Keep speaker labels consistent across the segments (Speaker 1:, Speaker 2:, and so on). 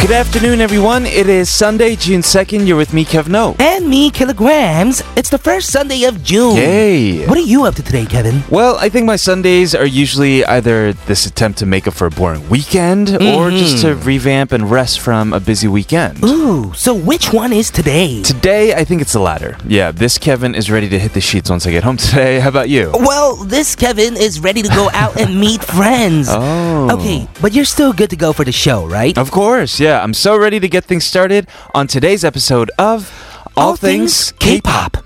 Speaker 1: Good afternoon, everyone. It is Sunday, June 2nd. You're with me, Kev No.
Speaker 2: And me, Kilograms. It's the first Sunday of June.
Speaker 1: Yay.
Speaker 2: What are you up to today, Kevin?
Speaker 1: Well, I think my Sundays are usually either this attempt to make up for a boring weekend or just to revamp and rest from a busy weekend.
Speaker 2: Mm-hmm. Ooh, so which one is today?
Speaker 1: Today, I think it's the latter. Yeah, this Kevin is ready to hit the sheets once I get home today. How about you?
Speaker 2: Well, this Kevin is ready to go out and meet friends.
Speaker 1: Oh.
Speaker 2: Okay, but you're still good to go for the show, right?
Speaker 1: Of course, yeah. I'm so ready to get things started on today's episode of All, Things K-Pop.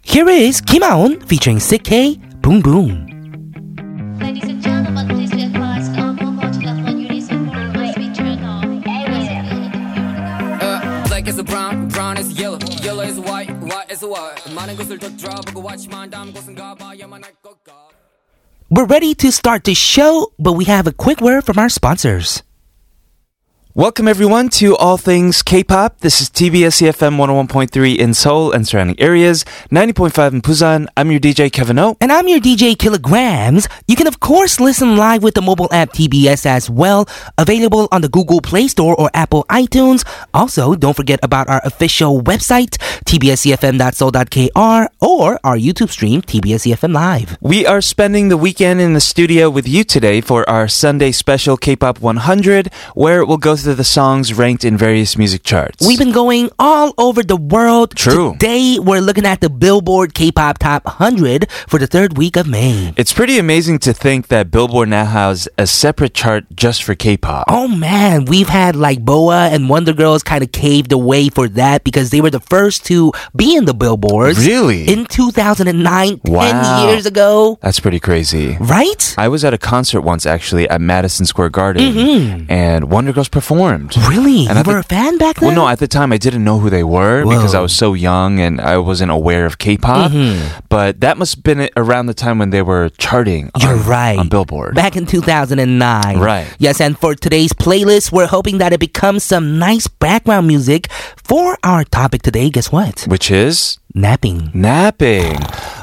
Speaker 2: Here is Kim Aon featuring Sick K, Boom Boom.
Speaker 3: Ladies and gentlemen, please be advised all mobile telephone units and phone lines will be turned off.
Speaker 4: Uh, black is brown, brown is yellow, yellow is white, white is white. 많은 것을 더 들어보고 watch만 담은 곳은가 봐야만 할것 같아.
Speaker 2: We're ready to start the show, but we have a quick word from our sponsors.
Speaker 1: Welcome everyone to All Things K-Pop. This is TBS EFM 101.3 in Seoul and surrounding areas, 90.5 in Busan. I'm your DJ Kevin O.
Speaker 2: And I'm your DJ Kilograms. You can, of course, listen live with the mobile app TBS as well, available on the Google Play Store or Apple iTunes. Also, don't forget about our official website, E tbscfm.soul.kr, or our YouTube stream, TBSCFM E Live.
Speaker 1: We are spending the weekend in the studio with you today for our Sunday special K-Pop 100, where we'll go through the songs ranked in various music charts.
Speaker 2: We've been going all over the world.
Speaker 1: True.
Speaker 2: Today, we're looking at the Billboard K pop top 100 for the third week of May.
Speaker 1: it's pretty amazing to think that Billboard now has a separate chart just for K-pop.
Speaker 2: Oh man, we've had like Boa and Wonder Girls kind of caved the way for that because they were the first to be in the billboards.
Speaker 1: Really?
Speaker 2: In 2009, 10
Speaker 1: Wow.
Speaker 2: years ago.
Speaker 1: That's pretty crazy.
Speaker 2: Right?
Speaker 1: I was at a concert once actually at Madison Square Garden
Speaker 2: Mm-hmm.
Speaker 1: and Wonder Girls performed.
Speaker 2: Really?
Speaker 1: And
Speaker 2: you
Speaker 1: I
Speaker 2: were a
Speaker 1: think-
Speaker 2: fan back
Speaker 1: Well,
Speaker 2: then?
Speaker 1: no, at the time I didn't know who they were because I was so young and I wasn't aware of K-pop.
Speaker 2: Mm-hmm.
Speaker 1: But that must have been around the time when they were charting.
Speaker 2: You're
Speaker 1: on,
Speaker 2: right.
Speaker 1: on Billboard.
Speaker 2: Back in 2009.
Speaker 1: Right.
Speaker 2: Yes, and for today's playlist, we're hoping that it becomes some nice background music for our topic today. Guess what?
Speaker 1: which is
Speaker 2: Napping.
Speaker 1: napping.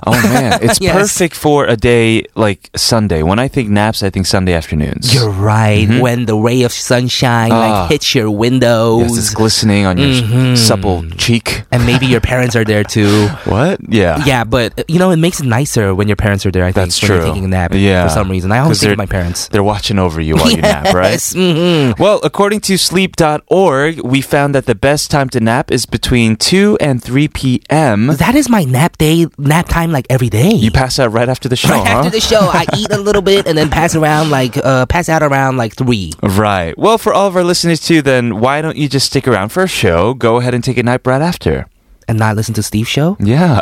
Speaker 1: Oh man, it's
Speaker 2: Yes.
Speaker 1: perfect for a day like Sunday. When I think naps, I think Sunday afternoons.
Speaker 2: You're right. When the ray of sunshine
Speaker 1: Mm-hmm. Ah.
Speaker 2: like hits your windows.
Speaker 1: yes, it's glistening on your s-
Speaker 2: Mm-hmm.
Speaker 1: supple cheek.
Speaker 2: and maybe your parents are there too.
Speaker 1: What? Yeah.
Speaker 2: Yeah, but uh, you know, it makes it nicer when your parents are there. I think
Speaker 1: That's
Speaker 2: when
Speaker 1: true.
Speaker 2: you're taking a nap.
Speaker 1: Yeah.
Speaker 2: for some reason, I always
Speaker 1: 'Cause
Speaker 2: think of
Speaker 1: they're-
Speaker 2: my parents.
Speaker 1: They're watching over you while you nap, right?
Speaker 2: Yes, mhm.
Speaker 1: Well, according to sleep.org, we found that the best time to nap is between 2 and 3 p.m.
Speaker 2: that is my nap day, nap time, like every day.
Speaker 1: You uh-huh. pass out right after the show,
Speaker 2: right
Speaker 1: huh?
Speaker 2: after the show, I eat a little bit and then pass around like uh, pass out around like three.
Speaker 1: right. Well, for all of our listeners too, then why don't you just stick around for a show? Go ahead and take a nap right after.
Speaker 2: And not listen to Steve's show?
Speaker 1: Yeah.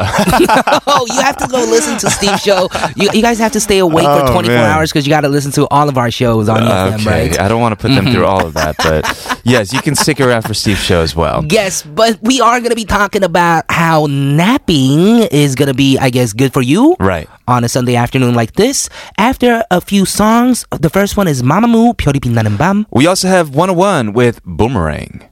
Speaker 2: Oh, you have to go listen to Steve's show. You, you guys have to stay awake for
Speaker 1: Oh,
Speaker 2: 24
Speaker 1: man.
Speaker 2: hours because you got to listen to all of our shows on EFM,
Speaker 1: okay.
Speaker 2: right?
Speaker 1: I don't want to put them through
Speaker 2: Mm-hmm.
Speaker 1: all of that, but yes, you can stick around for Steve's show as well.
Speaker 2: Yes, but we are going to be talking about how napping is going to be, I guess, good for you.
Speaker 1: Right.
Speaker 2: on a Sunday afternoon like this. After a few songs, the first one is Mamamoo, 별이 빛나는 밤.
Speaker 1: We also have 101 with Boomerang.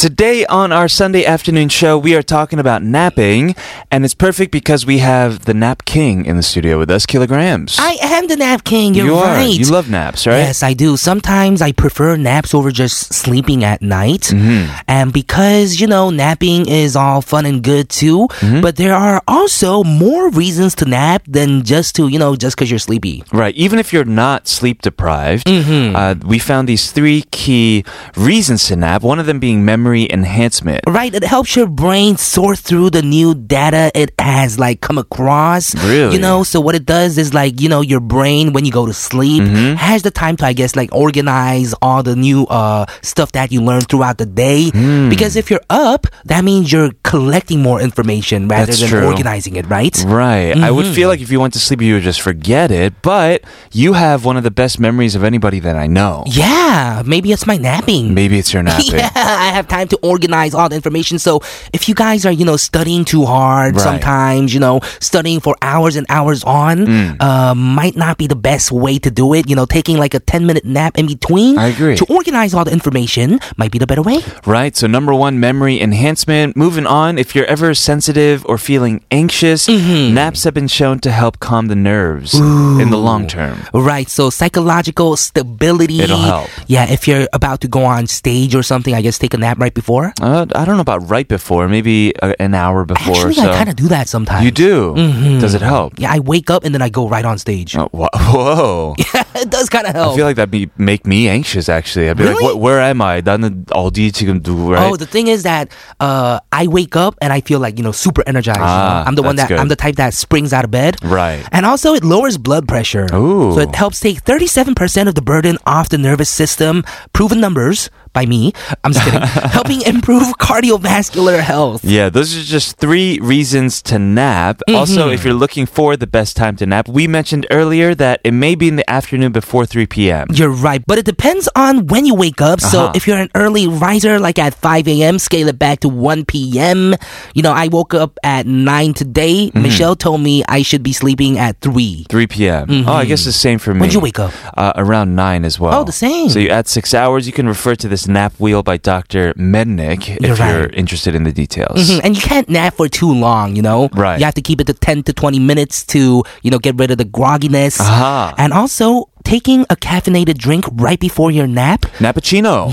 Speaker 1: Today on our Sunday afternoon show, we are talking about napping, and it's perfect because we have the nap king in the studio with us, Kilograms.
Speaker 2: I am the nap king. You're
Speaker 1: you are.
Speaker 2: right.
Speaker 1: You love naps, right?
Speaker 2: Yes, I do. Sometimes I prefer naps over just sleeping at night.
Speaker 1: Mm-hmm.
Speaker 2: And because, you know, napping is all fun and good too,
Speaker 1: Mm-hmm.
Speaker 2: but there are also more reasons to nap than just to, you know, just because you're sleepy.
Speaker 1: Right. Even if you're not sleep deprived,
Speaker 2: Mm-hmm.
Speaker 1: uh, we found these three key reasons to nap, one of them being memory enhancement.
Speaker 2: Right, it helps your brain sort through the new data it has like come across.
Speaker 1: Really?
Speaker 2: You know, so what it does is like, you know, your brain when you go to sleep
Speaker 1: Mm-hmm.
Speaker 2: has the time to I guess like organize all the new uh stuff that you learned throughout the day.
Speaker 1: Hmm.
Speaker 2: Because if you're up, that means you're collecting more information rather
Speaker 1: That's
Speaker 2: than
Speaker 1: true.
Speaker 2: organizing it, right?
Speaker 1: Right. I would
Speaker 2: Mm-hmm.
Speaker 1: feel like if you went to sleep, you would just forget it, but you have one of the best memories of anybody that I know.
Speaker 2: Yeah, maybe it's my napping.
Speaker 1: Maybe it's your napping.
Speaker 2: Yeah, I have time time to organize all the information. So if you guys are, you know, studying too hard
Speaker 1: Right.
Speaker 2: sometimes, you know, studying for hours and hours on,
Speaker 1: Mm.
Speaker 2: uh, might not be the best way to do it. You know, taking like a 10 minute nap in between
Speaker 1: I agree.
Speaker 2: to organize all the information might be the better way.
Speaker 1: Right. So number one, memory enhancement. Moving on, if you're ever sensitive or feeling anxious,
Speaker 2: Mm-hmm.
Speaker 1: naps have been shown to help calm the nerves in the long term.
Speaker 2: Right. So psychological stability.
Speaker 1: It'll help.
Speaker 2: Yeah. If you're about to go on stage or something, I guess take a nap right before.
Speaker 1: Uh, I don't know about right before, maybe uh, an hour before.
Speaker 2: Actually,
Speaker 1: so.
Speaker 2: I kind of do that sometimes.
Speaker 1: uh, You do. Does it help?
Speaker 2: Mm-hmm. Yeah, I wake up and then I go right on stage.
Speaker 1: Oh, wha- whoa.
Speaker 2: it does kind of
Speaker 1: I
Speaker 2: help.
Speaker 1: feel like that'd be, make me anxious, actually. I'd be like,
Speaker 2: Really?
Speaker 1: what, where am I? 나는 어디 지금 누구, right?
Speaker 2: Oh, the thing is that uh, I wake up and I feel like you know super energized. you know?
Speaker 1: Ah,
Speaker 2: I'm the one
Speaker 1: that's
Speaker 2: that
Speaker 1: good.
Speaker 2: I'm the type that springs out of bed.
Speaker 1: Right.
Speaker 2: And also, it lowers blood pressure.
Speaker 1: Ooh.
Speaker 2: So it helps take 37% of the burden off the nervous system. Proven numbers by me. I'm just kidding. Helping improve cardiovascular health.
Speaker 1: Yeah, those are just three reasons to nap.
Speaker 2: Mm-hmm.
Speaker 1: Also, if you're looking for the best time to nap, we mentioned earlier that it may be in the afternoon before 3 p.m.
Speaker 2: You're right, but it depends on when you wake up. So
Speaker 1: Uh-huh.
Speaker 2: if you're an early riser, like at 5 a.m., scale it back to 1 p.m. You know, I woke up at 9 today.
Speaker 1: Mm-hmm.
Speaker 2: Michelle told me I should be sleeping at 3.
Speaker 1: 3 p.m. Oh, I guess the same for me.
Speaker 2: Mm-hmm. When'd you wake up?
Speaker 1: Uh, around 9 as well.
Speaker 2: Oh, the same.
Speaker 1: So you add six hours. You can refer to this nap wheel by Dr. Mednick if
Speaker 2: You're right.
Speaker 1: you're interested in the details.
Speaker 2: Mhm, And you can't nap for too long, you know?
Speaker 1: Right.
Speaker 2: You have to keep it to 10 to 20 minutes to, you know, get rid of the grogginess.
Speaker 1: Aha.
Speaker 2: And also, taking a caffeinated drink right before your nap
Speaker 1: Nappuccino.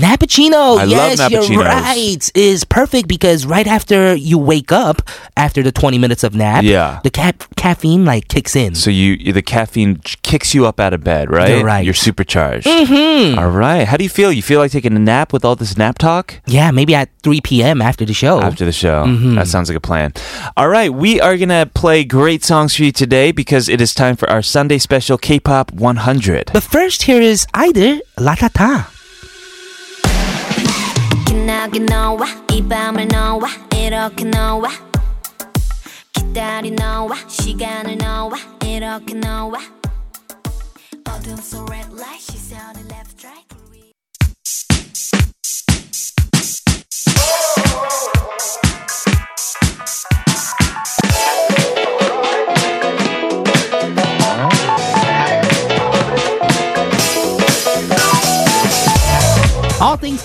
Speaker 1: Oh.
Speaker 2: Nappuccino.
Speaker 1: I
Speaker 2: yes,
Speaker 1: love
Speaker 2: you're
Speaker 1: nappuccinos.
Speaker 2: right. Is perfect because right after you wake up, after the 20 minutes of nap,
Speaker 1: Yeah.
Speaker 2: the ca- caffeine like kicks in.
Speaker 1: So you the caffeine j- kicks you up out of bed, right?
Speaker 2: You're right.
Speaker 1: You're supercharged. Mm-hmm. right. How do you feel? You feel like taking a nap with all this nap talk?
Speaker 2: yeah, maybe at 3 p.m. after the
Speaker 5: Oh.
Speaker 2: show.
Speaker 1: After the show.
Speaker 5: Mm-hmm.
Speaker 1: That sounds like a plan. All right, we are going to play great songs for you today because it is time for our Sunday special K pop 100.
Speaker 2: but first, here is either Latata.
Speaker 3: 기나긴 너와 이 밤을 너와 이렇게 너와 기다린 너와 시간을 너와 이렇게 너와 어둠 속 red light 시선을 left right
Speaker 2: All things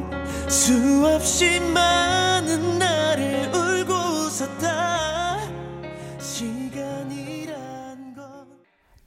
Speaker 6: 수없이 많은 나를 울고 웃었다 시간이란 건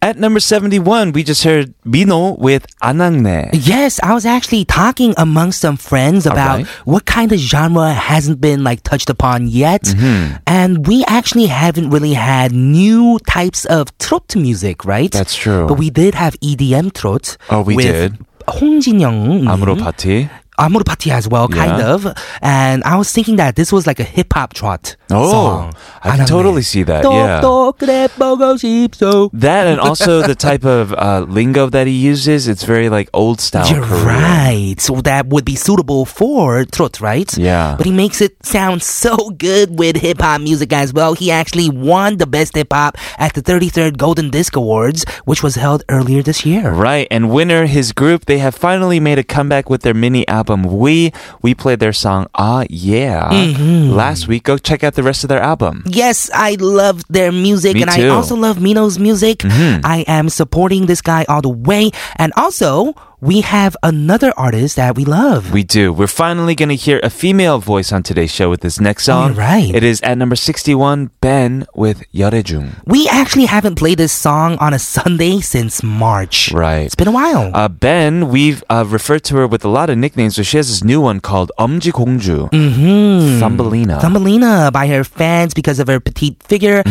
Speaker 1: At number 71, we just heard Bino with Anangne.
Speaker 2: Yes, I was actually talking amongst some friends about
Speaker 1: Alright.
Speaker 2: what kind of genre hasn't been like touched upon yet.
Speaker 1: Mm-hmm.
Speaker 2: And we actually haven't really had new types of trot music, right?
Speaker 1: That's true.
Speaker 2: But we did have E EDM trot.
Speaker 1: Oh, we
Speaker 2: with
Speaker 1: did.
Speaker 2: Hong Jin-young.
Speaker 1: Amuro Pati.
Speaker 2: Amur Pati as well, kind
Speaker 1: Yeah.
Speaker 2: of. And I was thinking that this was like a hip hop trot.
Speaker 1: Oh,
Speaker 2: song.
Speaker 1: I can
Speaker 2: 안한네.
Speaker 1: totally see that. Yeah.
Speaker 2: 똑똑 그래 보고 싶소.
Speaker 1: That and also the type of uh, lingo that he uses, it's very like old style.
Speaker 2: You're
Speaker 1: Korean.
Speaker 2: right. So that would be suitable for trot, right?
Speaker 1: Yeah.
Speaker 2: But he makes it sound so good with hip hop music as well. He actually won the best hip hop at the 33rd Golden Disc Awards, which was held earlier this year.
Speaker 1: Right, and Winner, his group, they have finally made a comeback with their mini album We. We played their song Ah Yeah
Speaker 2: Mm-hmm.
Speaker 1: last week. Go check out the rest of their album.
Speaker 2: Yes, I love their music
Speaker 1: Me
Speaker 2: and I
Speaker 1: too. Mm-hmm.
Speaker 2: also love Mino's music. I am supporting this guy all the way. And also, we have another artist that we love.
Speaker 1: We do. We're finally going to hear a female voice on today's show with this next song.
Speaker 2: All right.
Speaker 1: It is at number 61, Ben with Yorejung.
Speaker 2: We actually haven't played this song on a Sunday since March.
Speaker 1: Right.
Speaker 2: It's been a while.
Speaker 1: Uh, ben, we've uh, referred to her with a lot of nicknames, so she has this new one called Omji Gongju,
Speaker 2: hmm
Speaker 1: Thumbelina.
Speaker 2: Thumbelina by her fans because of her petite figure.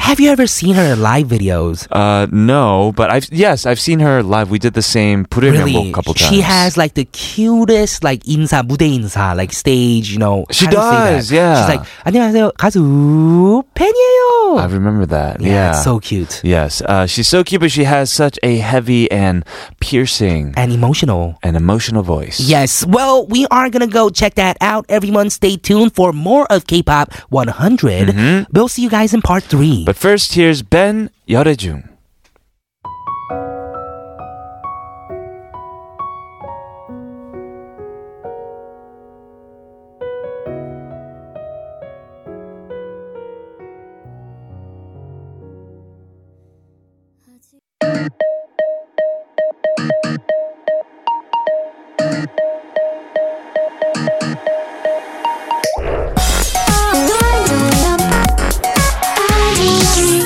Speaker 2: Have you ever seen her live videos?
Speaker 1: uh, no, but I've yes, I've seen her live. We did the same Purimyeonbok a couple times.
Speaker 2: she has like the cutest like insa 무대 인사 like stage you know.
Speaker 1: She
Speaker 2: how do you say that?
Speaker 1: does, yeah.
Speaker 2: She's like 안녕하세요 가수 팬이에요.
Speaker 1: I remember that. Yeah,
Speaker 2: Oh. yeah, it's so cute
Speaker 1: yes, uh, she's so cute, but she has such a heavy and piercing
Speaker 2: and emotional.
Speaker 1: and emotional voice.
Speaker 2: Yes, well, we are gonna go check that out. Everyone, stay tuned for more of K-pop 100.
Speaker 1: Mm-hmm.
Speaker 2: We'll see you guys in part three.
Speaker 1: But first, here's Ben Yorejung.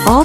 Speaker 7: All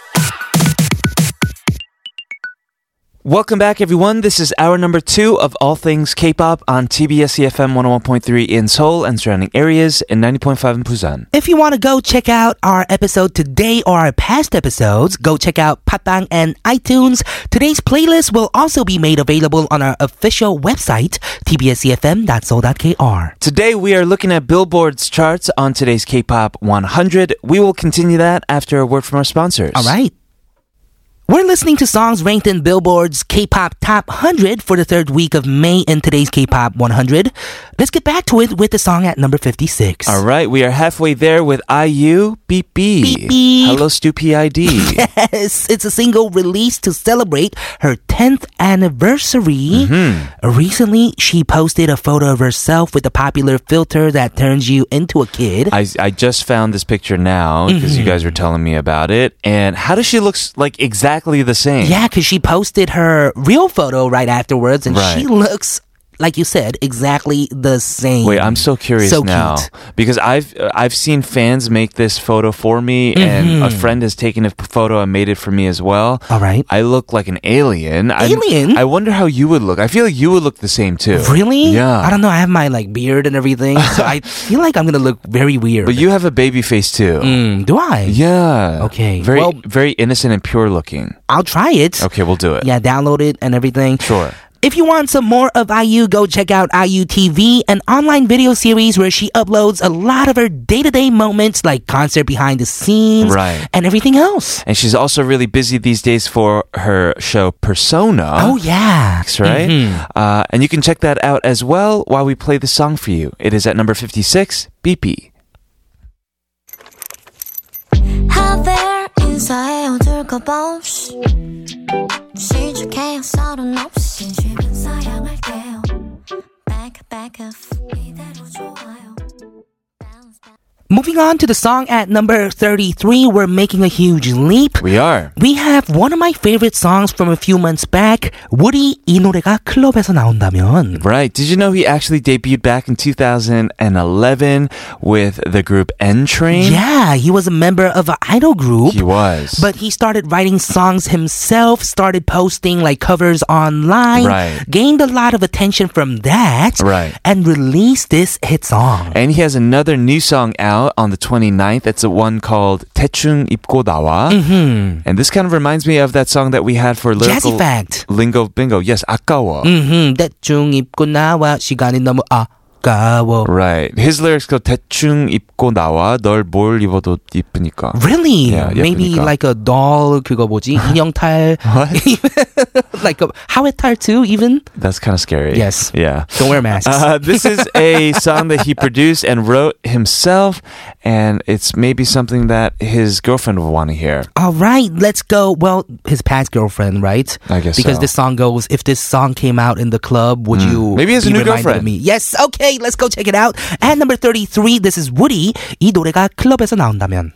Speaker 1: Welcome back, everyone. This is hour number two of All Things K-pop on TBS EFM 101.3 in Seoul and surrounding areas, and 90.5 in Busan.
Speaker 2: If you want to go check out our episode today or our past episodes, go check out Patbang and iTunes. Today's playlist will also be made available on our official website, E tbscfm.so.kr.
Speaker 1: Today, we are looking at Billboard's charts on today's K-pop 100. We will continue that after a word from our sponsors.
Speaker 2: All right. We're listening to songs ranked in Billboard's K-pop Top 100 for the third week of May in today's K-pop 100. Let's get back to it with the song at number 56.
Speaker 1: All right, we are halfway there with IU Beep Beep.
Speaker 2: Beep Beep.
Speaker 1: Hello, Stoopy ID.
Speaker 2: Yes, it's a single released to celebrate her 10th anniversary.
Speaker 1: Mm-hmm.
Speaker 2: Recently, she posted a photo of herself with the popular filter that turns you into a kid.
Speaker 1: I, I just found this picture now because
Speaker 2: Mm-hmm.
Speaker 1: you guys were telling me about it. And how does she look s- like exactly the same?
Speaker 2: yeah, because she posted her real photo right afterwards, and
Speaker 1: Right.
Speaker 2: she looks, like you said, exactly the same.
Speaker 1: Wait, I'm so curious
Speaker 2: So
Speaker 1: now
Speaker 2: cute.
Speaker 1: because I've uh, I've seen fans make this photo for me, and a friend has taken a p- photo and made it for me as well.
Speaker 2: Mm-hmm. All right.
Speaker 1: I look like an alien. I'm-
Speaker 2: Alien?
Speaker 1: I wonder how you would look. I feel like you would look the same too.
Speaker 2: Really?
Speaker 1: Yeah.
Speaker 2: I don't know. I have my like beard and everything, so I feel like I'm gonna look very weird.
Speaker 1: But you have a baby face too.
Speaker 2: Mm, do I?
Speaker 1: Yeah.
Speaker 2: Okay,
Speaker 1: Very
Speaker 2: well-
Speaker 1: very innocent and pure looking.
Speaker 2: I'll try it.
Speaker 1: Okay, we'll do it.
Speaker 2: Yeah, download it and everything.
Speaker 1: Sure.
Speaker 2: If you want some more of IU, go check out IU TV, an online video series where she uploads a lot of her day to day moments like concert behind the scenes
Speaker 1: Right.
Speaker 2: and everything else.
Speaker 1: And she's also really busy these days for her show Persona.
Speaker 2: Oh, yeah. Mm-hmm.
Speaker 1: Right? Uh, and you can check that out as well while we play the song for you. It is at number 56, BP.
Speaker 3: 하벨 인사에 어둘까봐 없이 시작해요 서른 없이 집은 사양할게요 Back back off 이대로 좋아요 Bounce back
Speaker 2: Moving on to the song at number 33, we're making a huge leap.
Speaker 1: We are.
Speaker 2: We have one of my favorite songs from a few months back. Woody 이 노래가 클럽에서 나온다면
Speaker 1: Right. Did you know he actually debuted back in 2011 with the group N Train?
Speaker 2: Yeah, he was a member of an idol group.
Speaker 1: He was.
Speaker 2: But he started writing songs himself, started posting like covers online,
Speaker 1: Right.
Speaker 2: gained a lot of attention from that,
Speaker 1: Right.
Speaker 2: and released this hit song.
Speaker 1: And he has another new song out on the 29th. It's a one called 대충 입고 나와. Mm-hmm. And this kind of reminds me of that song that we had for Lyrical
Speaker 2: Jazzy fact. Hmm,
Speaker 1: Lingo Bingo. Yes, 아까워.
Speaker 2: Mm-hmm. 대충 입고 나와 시간이 너무 아 아까워.
Speaker 1: Right. His lyrics go 대충 입고 나와 널 뭘 입어도 이쁘니까.
Speaker 2: Really?
Speaker 1: Yeah,
Speaker 2: Maybe
Speaker 1: 예쁘니까.
Speaker 2: like a doll 그거 뭐지? 인형탈. like a 하회탈 too even?
Speaker 1: That's kind of scary.
Speaker 2: Yes.
Speaker 1: Yeah.
Speaker 2: Don't wear masks.
Speaker 1: Uh, this is a song that he produced and wrote himself, and it's maybe something that his girlfriend would want to hear.
Speaker 2: All right, let's go. Well, his past girlfriend, right?
Speaker 1: I guess so.
Speaker 2: because
Speaker 1: Mm.
Speaker 2: this song goes. If this song came out in the club, would you
Speaker 1: Maybe he has a
Speaker 2: be
Speaker 1: new
Speaker 2: reminded
Speaker 1: girlfriend.
Speaker 2: of Me? Yes. Okay, let's go check it out. At number thirty-three, this is Woody. 이 노래가 클럽에서 나온다면.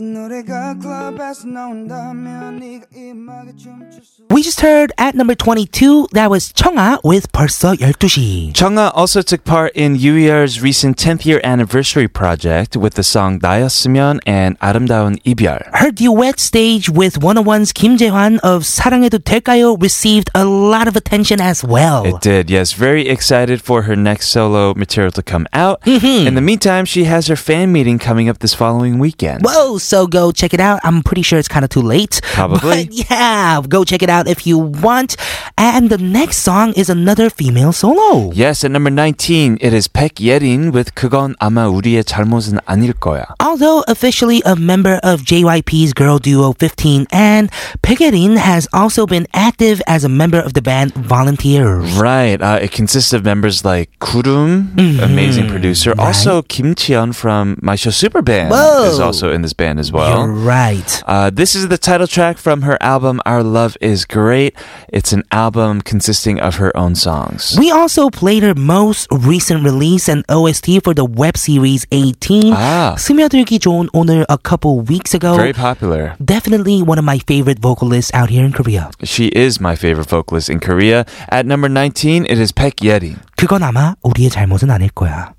Speaker 6: 이 노래가 클럽에서 나온다면 네가 이 막에 춤출 수
Speaker 2: We just heard at number twenty-two. That was 청아 with 벌써 12시.
Speaker 1: Chunga also took part in UER's recent 10th year anniversary project with the song 나였으면 and 아름다운 이별.
Speaker 2: Her duet stage with 101's Kim Jae-hwan of 사랑해도 될까요 received a lot of attention as well.
Speaker 1: It did, yes. Very excited for her next solo material to come out.
Speaker 2: Mm-hmm.
Speaker 1: In the meantime, she has her fan meeting coming up this following weekend.
Speaker 2: Whoa, so go check it out. I'm pretty sure it's kind of too late.
Speaker 1: Probably.
Speaker 2: But yeah, go check it out if you want. And the next song is another female solo.
Speaker 1: Yes, at number 19, it is Pek Yerin with 그건 아마 우리의 잘못은 아닐 거야.
Speaker 2: Although officially a member of JYP's girl duo 15, and Pegerin has also been active as a member of the band Volunteer.
Speaker 1: Right. Uh, it consists of members like Kurum,
Speaker 2: Mm-hmm.
Speaker 1: amazing producer. Also, Kim Cheon from My Show Super Band
Speaker 2: Whoa.
Speaker 1: is also in this band as well.
Speaker 2: You're right.
Speaker 1: Uh, this is the title track from her album Our Love Is Great. It's an album consisting of her own songs.
Speaker 2: We also played her most recent release and OST for the web series 18.
Speaker 1: Ah.
Speaker 2: 스며들기 좋은 오늘 a couple weeks ago.
Speaker 1: Very popular.
Speaker 2: Definitely one of my favorite vocalists out here in Korea.
Speaker 1: She is my favorite vocalist in Korea. At number 19, it is Pek Yeti.
Speaker 2: 그건 아마 우리의 잘못은 아닐 거야.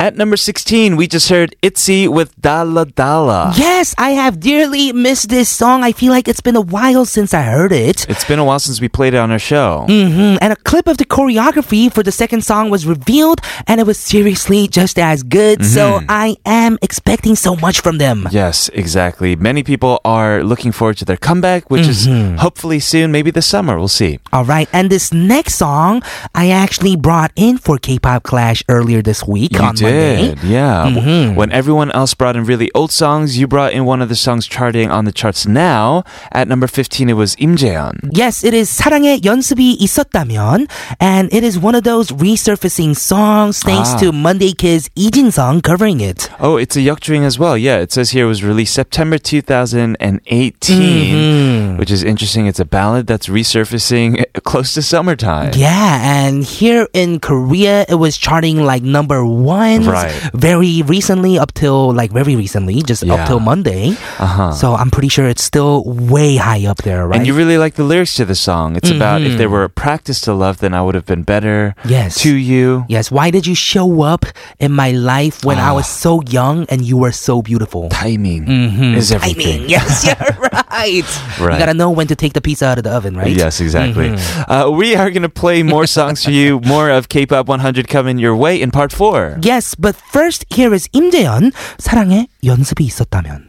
Speaker 1: At number 16, we just heard Itzy with Dala Dala.
Speaker 2: Yes, I have dearly missed this song. I feel like it's been a while since I heard it.
Speaker 1: It's been a while since we played it on our show.
Speaker 2: Mm, And a clip of the choreography for the second song was revealed, and it was seriously just as good. So I am expecting so much from them.
Speaker 1: Yes, exactly. Many people are looking forward to their comeback, which
Speaker 2: Mm-hmm.
Speaker 1: is hopefully soon, maybe this summer. We'll see.
Speaker 2: All right, and this next song I actually brought in for K-pop Clash earlier this week on Monday. Mm-hmm.
Speaker 1: yeah. W- When everyone else brought in really old songs, you brought in one of the songs charting on the charts now. At number 15, it was Im Jaeon.
Speaker 2: Yes, it is 사랑의 연습이 있었다면 and it is one of those resurfacing songs thanks
Speaker 1: Ah.
Speaker 2: to Monday Kids Ijin Song covering it.
Speaker 1: Oh, it's a Yeokjuing as well. Yeah, it says here it was released September 2018,
Speaker 2: Mm-hmm.
Speaker 1: which is interesting. It's a ballad that's resurfacing close to summertime.
Speaker 2: Yeah, and here in Korea it was charting like number 1
Speaker 1: Right.
Speaker 2: very recently up till like very recently just
Speaker 1: Yeah.
Speaker 2: up till Monday.
Speaker 1: Uh-huh.
Speaker 2: So I'm pretty sure it's still way high up there, right? Mm-hmm.
Speaker 1: And you really like the lyrics to the song. It's about if there were a practice to love, then I would have been better.
Speaker 2: Yes.
Speaker 1: To you.
Speaker 2: Yes, why did you show up in my life when
Speaker 1: Ah.
Speaker 2: I was so young and you were so beautiful?
Speaker 1: Timing is
Speaker 2: I
Speaker 1: everything.
Speaker 2: mean, yes, you're right. You
Speaker 1: Right.
Speaker 2: gotta know when to take the pizza out of the oven, right? Mm-hmm.
Speaker 1: Yes, exactly. Uh, we are going to play more songs for you, more of K pop 100 coming your way in part four.
Speaker 2: Yes, but first here is Im Jaeyeon. 사랑에 연습이 있었다면.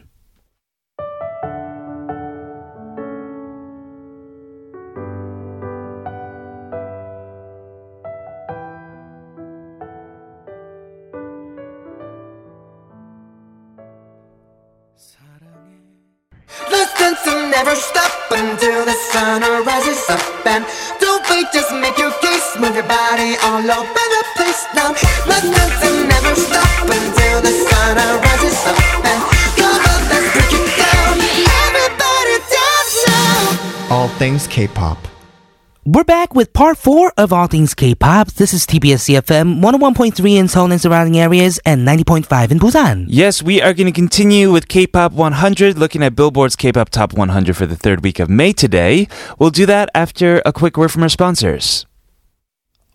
Speaker 8: Listen to never stop until the sun rises up and don't wait, just make your case, move your body all over the place now. Listen to never stop until the sun rises up and come on, let's break it down. Everybody dance now. All things K-pop.
Speaker 2: We're back with part four of All Things K-pop. This is TBS CFM 101.3 in Seoul and surrounding areas and 90.5 in Busan.
Speaker 1: Yes, we are going to continue with K pop 100, looking at Billboard's K pop top 100 for the third week of May today. We'll do that after a quick word from our sponsors.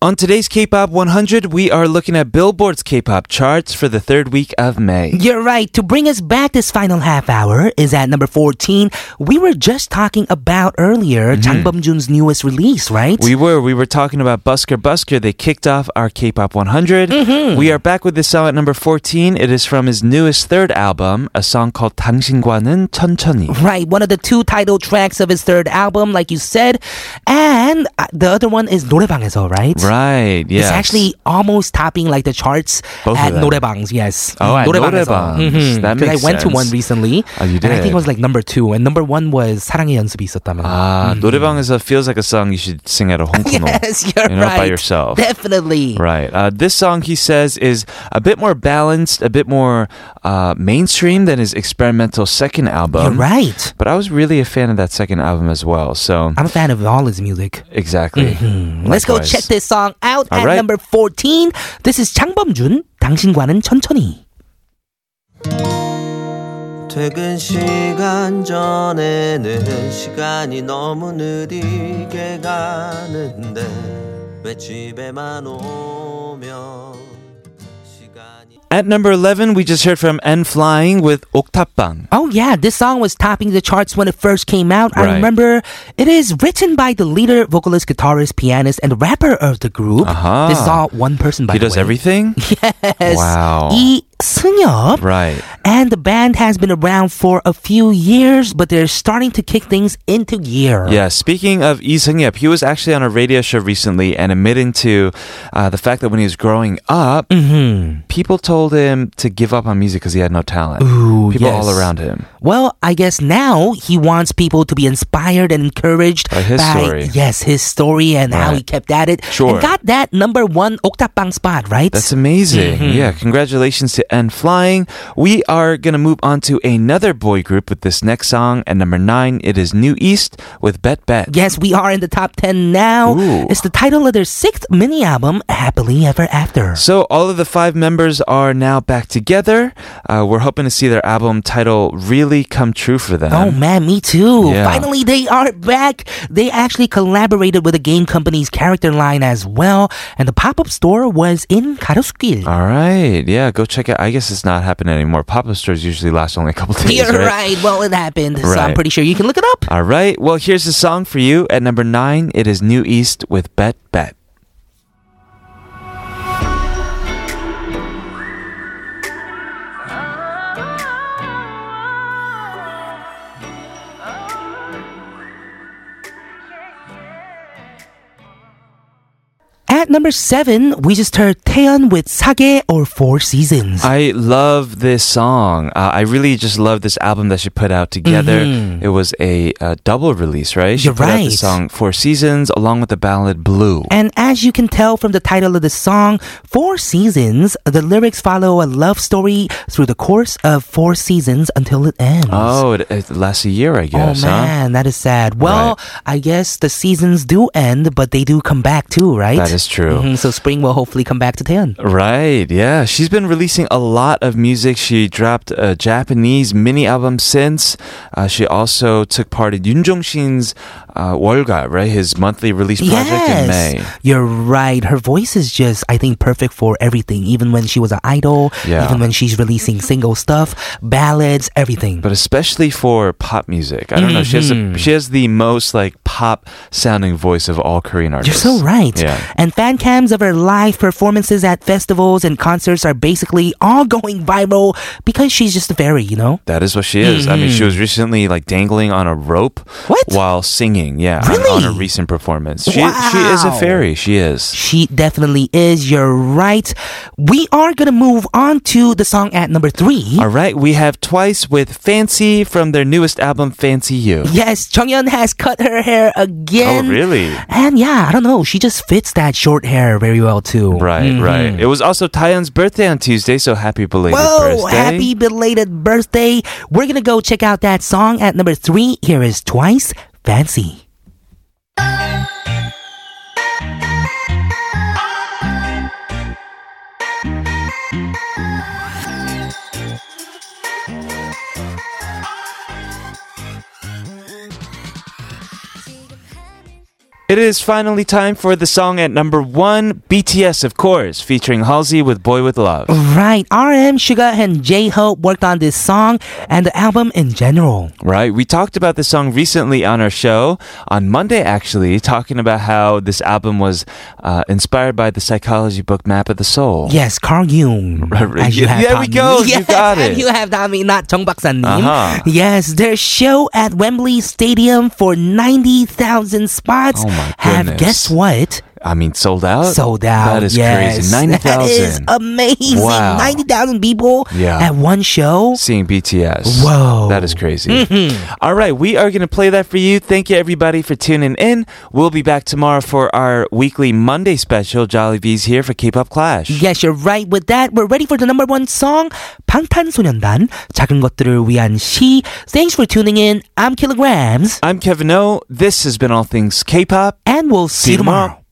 Speaker 1: On today's K-pop 100, we are looking at Billboard's K-pop charts for the third week of May.
Speaker 2: You're right. To bring us back this final half hour is at number 14. We were just talking about
Speaker 1: Mm-hmm.
Speaker 2: earlier Jang Bum-jun's newest release, right?
Speaker 1: We were we were talking about Busker Busker. They kicked off our K-pop 100.
Speaker 2: Mm-hmm.
Speaker 1: We are back with this song at number 14. It is from his newest third album, a song called 당신과는 천천히.
Speaker 2: Right, one of the two title tracks of his third album, like you said, and uh, the other one is 노래방에서, right?
Speaker 1: Right. Yeah.
Speaker 2: It's actually almost topping like the charts
Speaker 1: Both
Speaker 2: at
Speaker 1: of them.
Speaker 2: 노래bangs. Yes.
Speaker 1: Oh, at
Speaker 2: 노래방에서. Mm-hmm.
Speaker 1: 노래방s. That
Speaker 2: 'Cause I
Speaker 1: makes
Speaker 2: went to one
Speaker 1: sense.
Speaker 2: recently.
Speaker 1: Oh, you
Speaker 2: And I think
Speaker 1: did.
Speaker 2: it was like number two, and number one was 사랑의 연습이 있었다면.
Speaker 1: Ah, 노래방에서 feels like a song you should sing at a 홍콩호.
Speaker 2: Mm-hmm. yes, you're
Speaker 1: you know,
Speaker 2: right.
Speaker 1: by yourself.
Speaker 2: Definitely.
Speaker 1: Right. Uh, this song, he says, is a bit more balanced, a bit more uh, mainstream than his experimental second
Speaker 2: You're
Speaker 1: album.
Speaker 2: right.
Speaker 1: But I was really a fan of that second album as well. So,
Speaker 2: I'm a fan of all his music. Mm-hmm.
Speaker 1: exactly.
Speaker 2: Let's go
Speaker 1: Likewise.
Speaker 2: check this song out
Speaker 1: All
Speaker 2: at
Speaker 1: right.
Speaker 2: number 14. This is 장범준, 당신과는 천천히.
Speaker 9: 퇴근 시간 전에는 시간이 너무 느리게 가는데 왜 집에만 오면 시간이
Speaker 1: At number 11, we just heard from N Flying with Oktabang.
Speaker 2: Oh yeah, this song was topping the charts when it first came out.
Speaker 1: Right.
Speaker 2: I remember it is written by the leader, vocalist, guitarist, pianist, and rapper of the group.
Speaker 1: Uh-huh.
Speaker 2: This is all one person by
Speaker 1: He
Speaker 2: the
Speaker 1: does
Speaker 2: way.
Speaker 1: everything?
Speaker 2: Yes.
Speaker 1: Wow.
Speaker 2: Lee Seung-yeop.
Speaker 1: Right.
Speaker 2: And the band has been around for a few years, but they're starting to kick things into gear.
Speaker 1: Yeah, speaking of Lee Sung Yep, he was actually on a radio show recently and admitting to uh, the fact that when he was growing up,
Speaker 2: Mm-hmm.
Speaker 1: people told him to give up on music because he had no talent.
Speaker 2: Ooh,
Speaker 1: people all
Speaker 2: yes.
Speaker 1: around him.
Speaker 2: Well, I guess now he wants people to be inspired and encouraged
Speaker 1: By his story.
Speaker 2: yes, his story and how
Speaker 1: Right.
Speaker 2: he kept at it.
Speaker 1: Sure.
Speaker 2: And got that number one Oktabang spot, right?
Speaker 1: That's amazing.
Speaker 2: Mm-hmm.
Speaker 1: Yeah, congratulations to N Flying. We are going to move on to another boy group with this next song. And number nine, it is New East with Bet Bet.
Speaker 2: Yes, we are in the top 10 now.
Speaker 1: Ooh.
Speaker 2: It's the title of their sixth mini album, Happily Ever After.
Speaker 1: So all of the five members are now back together. Uh, we're hoping to see their album title really come true for them.
Speaker 2: Oh man, me too.
Speaker 1: Yeah.
Speaker 2: Finally, they are back. They actually collaborated with the game company's character line as well, and the pop up store was in Karoskil.
Speaker 1: All right. Yeah, go check it. I guess it's not happening anymore. Pop-up stores usually last only a couple days,
Speaker 2: You're
Speaker 1: right?
Speaker 2: right. Well, it happened, so I'm
Speaker 1: Right.
Speaker 2: pretty sure you can look it up.
Speaker 1: All right. Well, here's a song for you. At number nine, it is New East with Bet Bet.
Speaker 2: At number seven, we just heard Taeyeon with Sage or Four Seasons.
Speaker 1: I love this song. Uh, I really just love this album that she put out together. It was a, uh double release, right? She
Speaker 2: Mm-hmm. You're
Speaker 1: put out the
Speaker 2: right.
Speaker 1: song Four Seasons along with the ballad Blue.
Speaker 2: And as you can tell from the title of the song, Four Seasons, the lyrics follow a love story through the course of four seasons until it ends.
Speaker 1: Oh, it, it lasts a year, I
Speaker 2: Oh,
Speaker 1: guess. huh?
Speaker 2: man, that is sad. Well, I guess the seasons do end, but they do come back too, right?
Speaker 1: That is true.
Speaker 2: Mhm, so spring will hopefully come back to 10.
Speaker 1: Right, yeah. She's been releasing a lot of music. She dropped a Japanese mini album since. Uh, she also took part in Yoon Jong Shin's uh, 월가, right? His monthly release project in May.
Speaker 2: Yes, you're right. Her voice is just, I think, perfect for everything. Even when she was an idol,
Speaker 1: Yeah.
Speaker 2: even when she's releasing single stuff, ballads, everything.
Speaker 1: But especially for pop music. I don't know. She has,
Speaker 2: Mm-hmm.
Speaker 1: a, she has the most like pop sounding voice of all Korean
Speaker 2: You're
Speaker 1: artists.
Speaker 2: so right.
Speaker 1: Yeah.
Speaker 2: And fan cams of her live performances at festivals and concerts are basically all going viral because she's just a fairy, you know?
Speaker 1: That is what she is. I mean, she was recently like dangling on a rope
Speaker 2: Mm-hmm. What?
Speaker 1: while singing. Yeah, on- on, a
Speaker 2: Really?
Speaker 1: recent performance. She she is a
Speaker 2: Wow.
Speaker 1: fairy. She is.
Speaker 2: She definitely is. You're right. We are going to move on to the song at number three.
Speaker 1: All right, we have Twice with Fancy from their newest album, Fancy You.
Speaker 2: Yes, Chongyun has cut her hair again.
Speaker 1: Oh, really?
Speaker 2: And yeah, I don't know. She just fits that short hair very well, too. Mm-hmm.
Speaker 1: Right, right. It was also Taeyeon's birthday on Tuesday, so happy belated
Speaker 2: Whoa,
Speaker 1: birthday.
Speaker 2: happy belated birthday. We're going to go check out that song at number three. Here is Twice Fancy.
Speaker 1: It is finally time for the song at number one, BTS, of course, featuring Halsey with Boy with Love.
Speaker 2: Right, RM, Suga, and J Hope worked on this song and the album in general.
Speaker 1: Right. We talked about this song recently on our show, on Monday actually, talking about how this album was uh, inspired by the psychology book Map of the Soul.
Speaker 2: Yes, Carl Jung.
Speaker 1: Oh. Right, right.
Speaker 2: As you
Speaker 1: Yeah,
Speaker 2: have
Speaker 1: there we
Speaker 2: taught
Speaker 1: go.
Speaker 2: me.
Speaker 1: You
Speaker 2: Yes,
Speaker 1: got
Speaker 2: and
Speaker 1: it.
Speaker 2: you have taught me, not Jung Baksanim.
Speaker 1: Uh-huh.
Speaker 2: Yes, their show at Wembley Stadium for 90,000 spots
Speaker 1: Oh my
Speaker 2: have,
Speaker 1: goodness.
Speaker 2: guess what?
Speaker 1: I mean, sold out?
Speaker 2: Sold out.
Speaker 1: That is crazy.
Speaker 2: yes. That is
Speaker 1: 90,000.
Speaker 2: amazing.
Speaker 1: Wow.
Speaker 2: 90,000 people
Speaker 1: Yeah.
Speaker 2: at one show.
Speaker 1: Seeing BTS.
Speaker 2: Whoa. Mm-hmm.
Speaker 1: That is crazy. All right, we are going to play that for you. Thank you, everybody, for tuning in. We'll be back tomorrow for our weekly Monday special. Jolly Bees here for Keep Up Clash.
Speaker 2: Yes, you're right with that. We're ready for the number one song, 방탄소년단, 작은 것들을 위한 시. Thanks for tuning in. I'm Kilograms,
Speaker 1: I'm Kevin O. This has been All Things K pop.
Speaker 2: and we'll see, you tomorrow.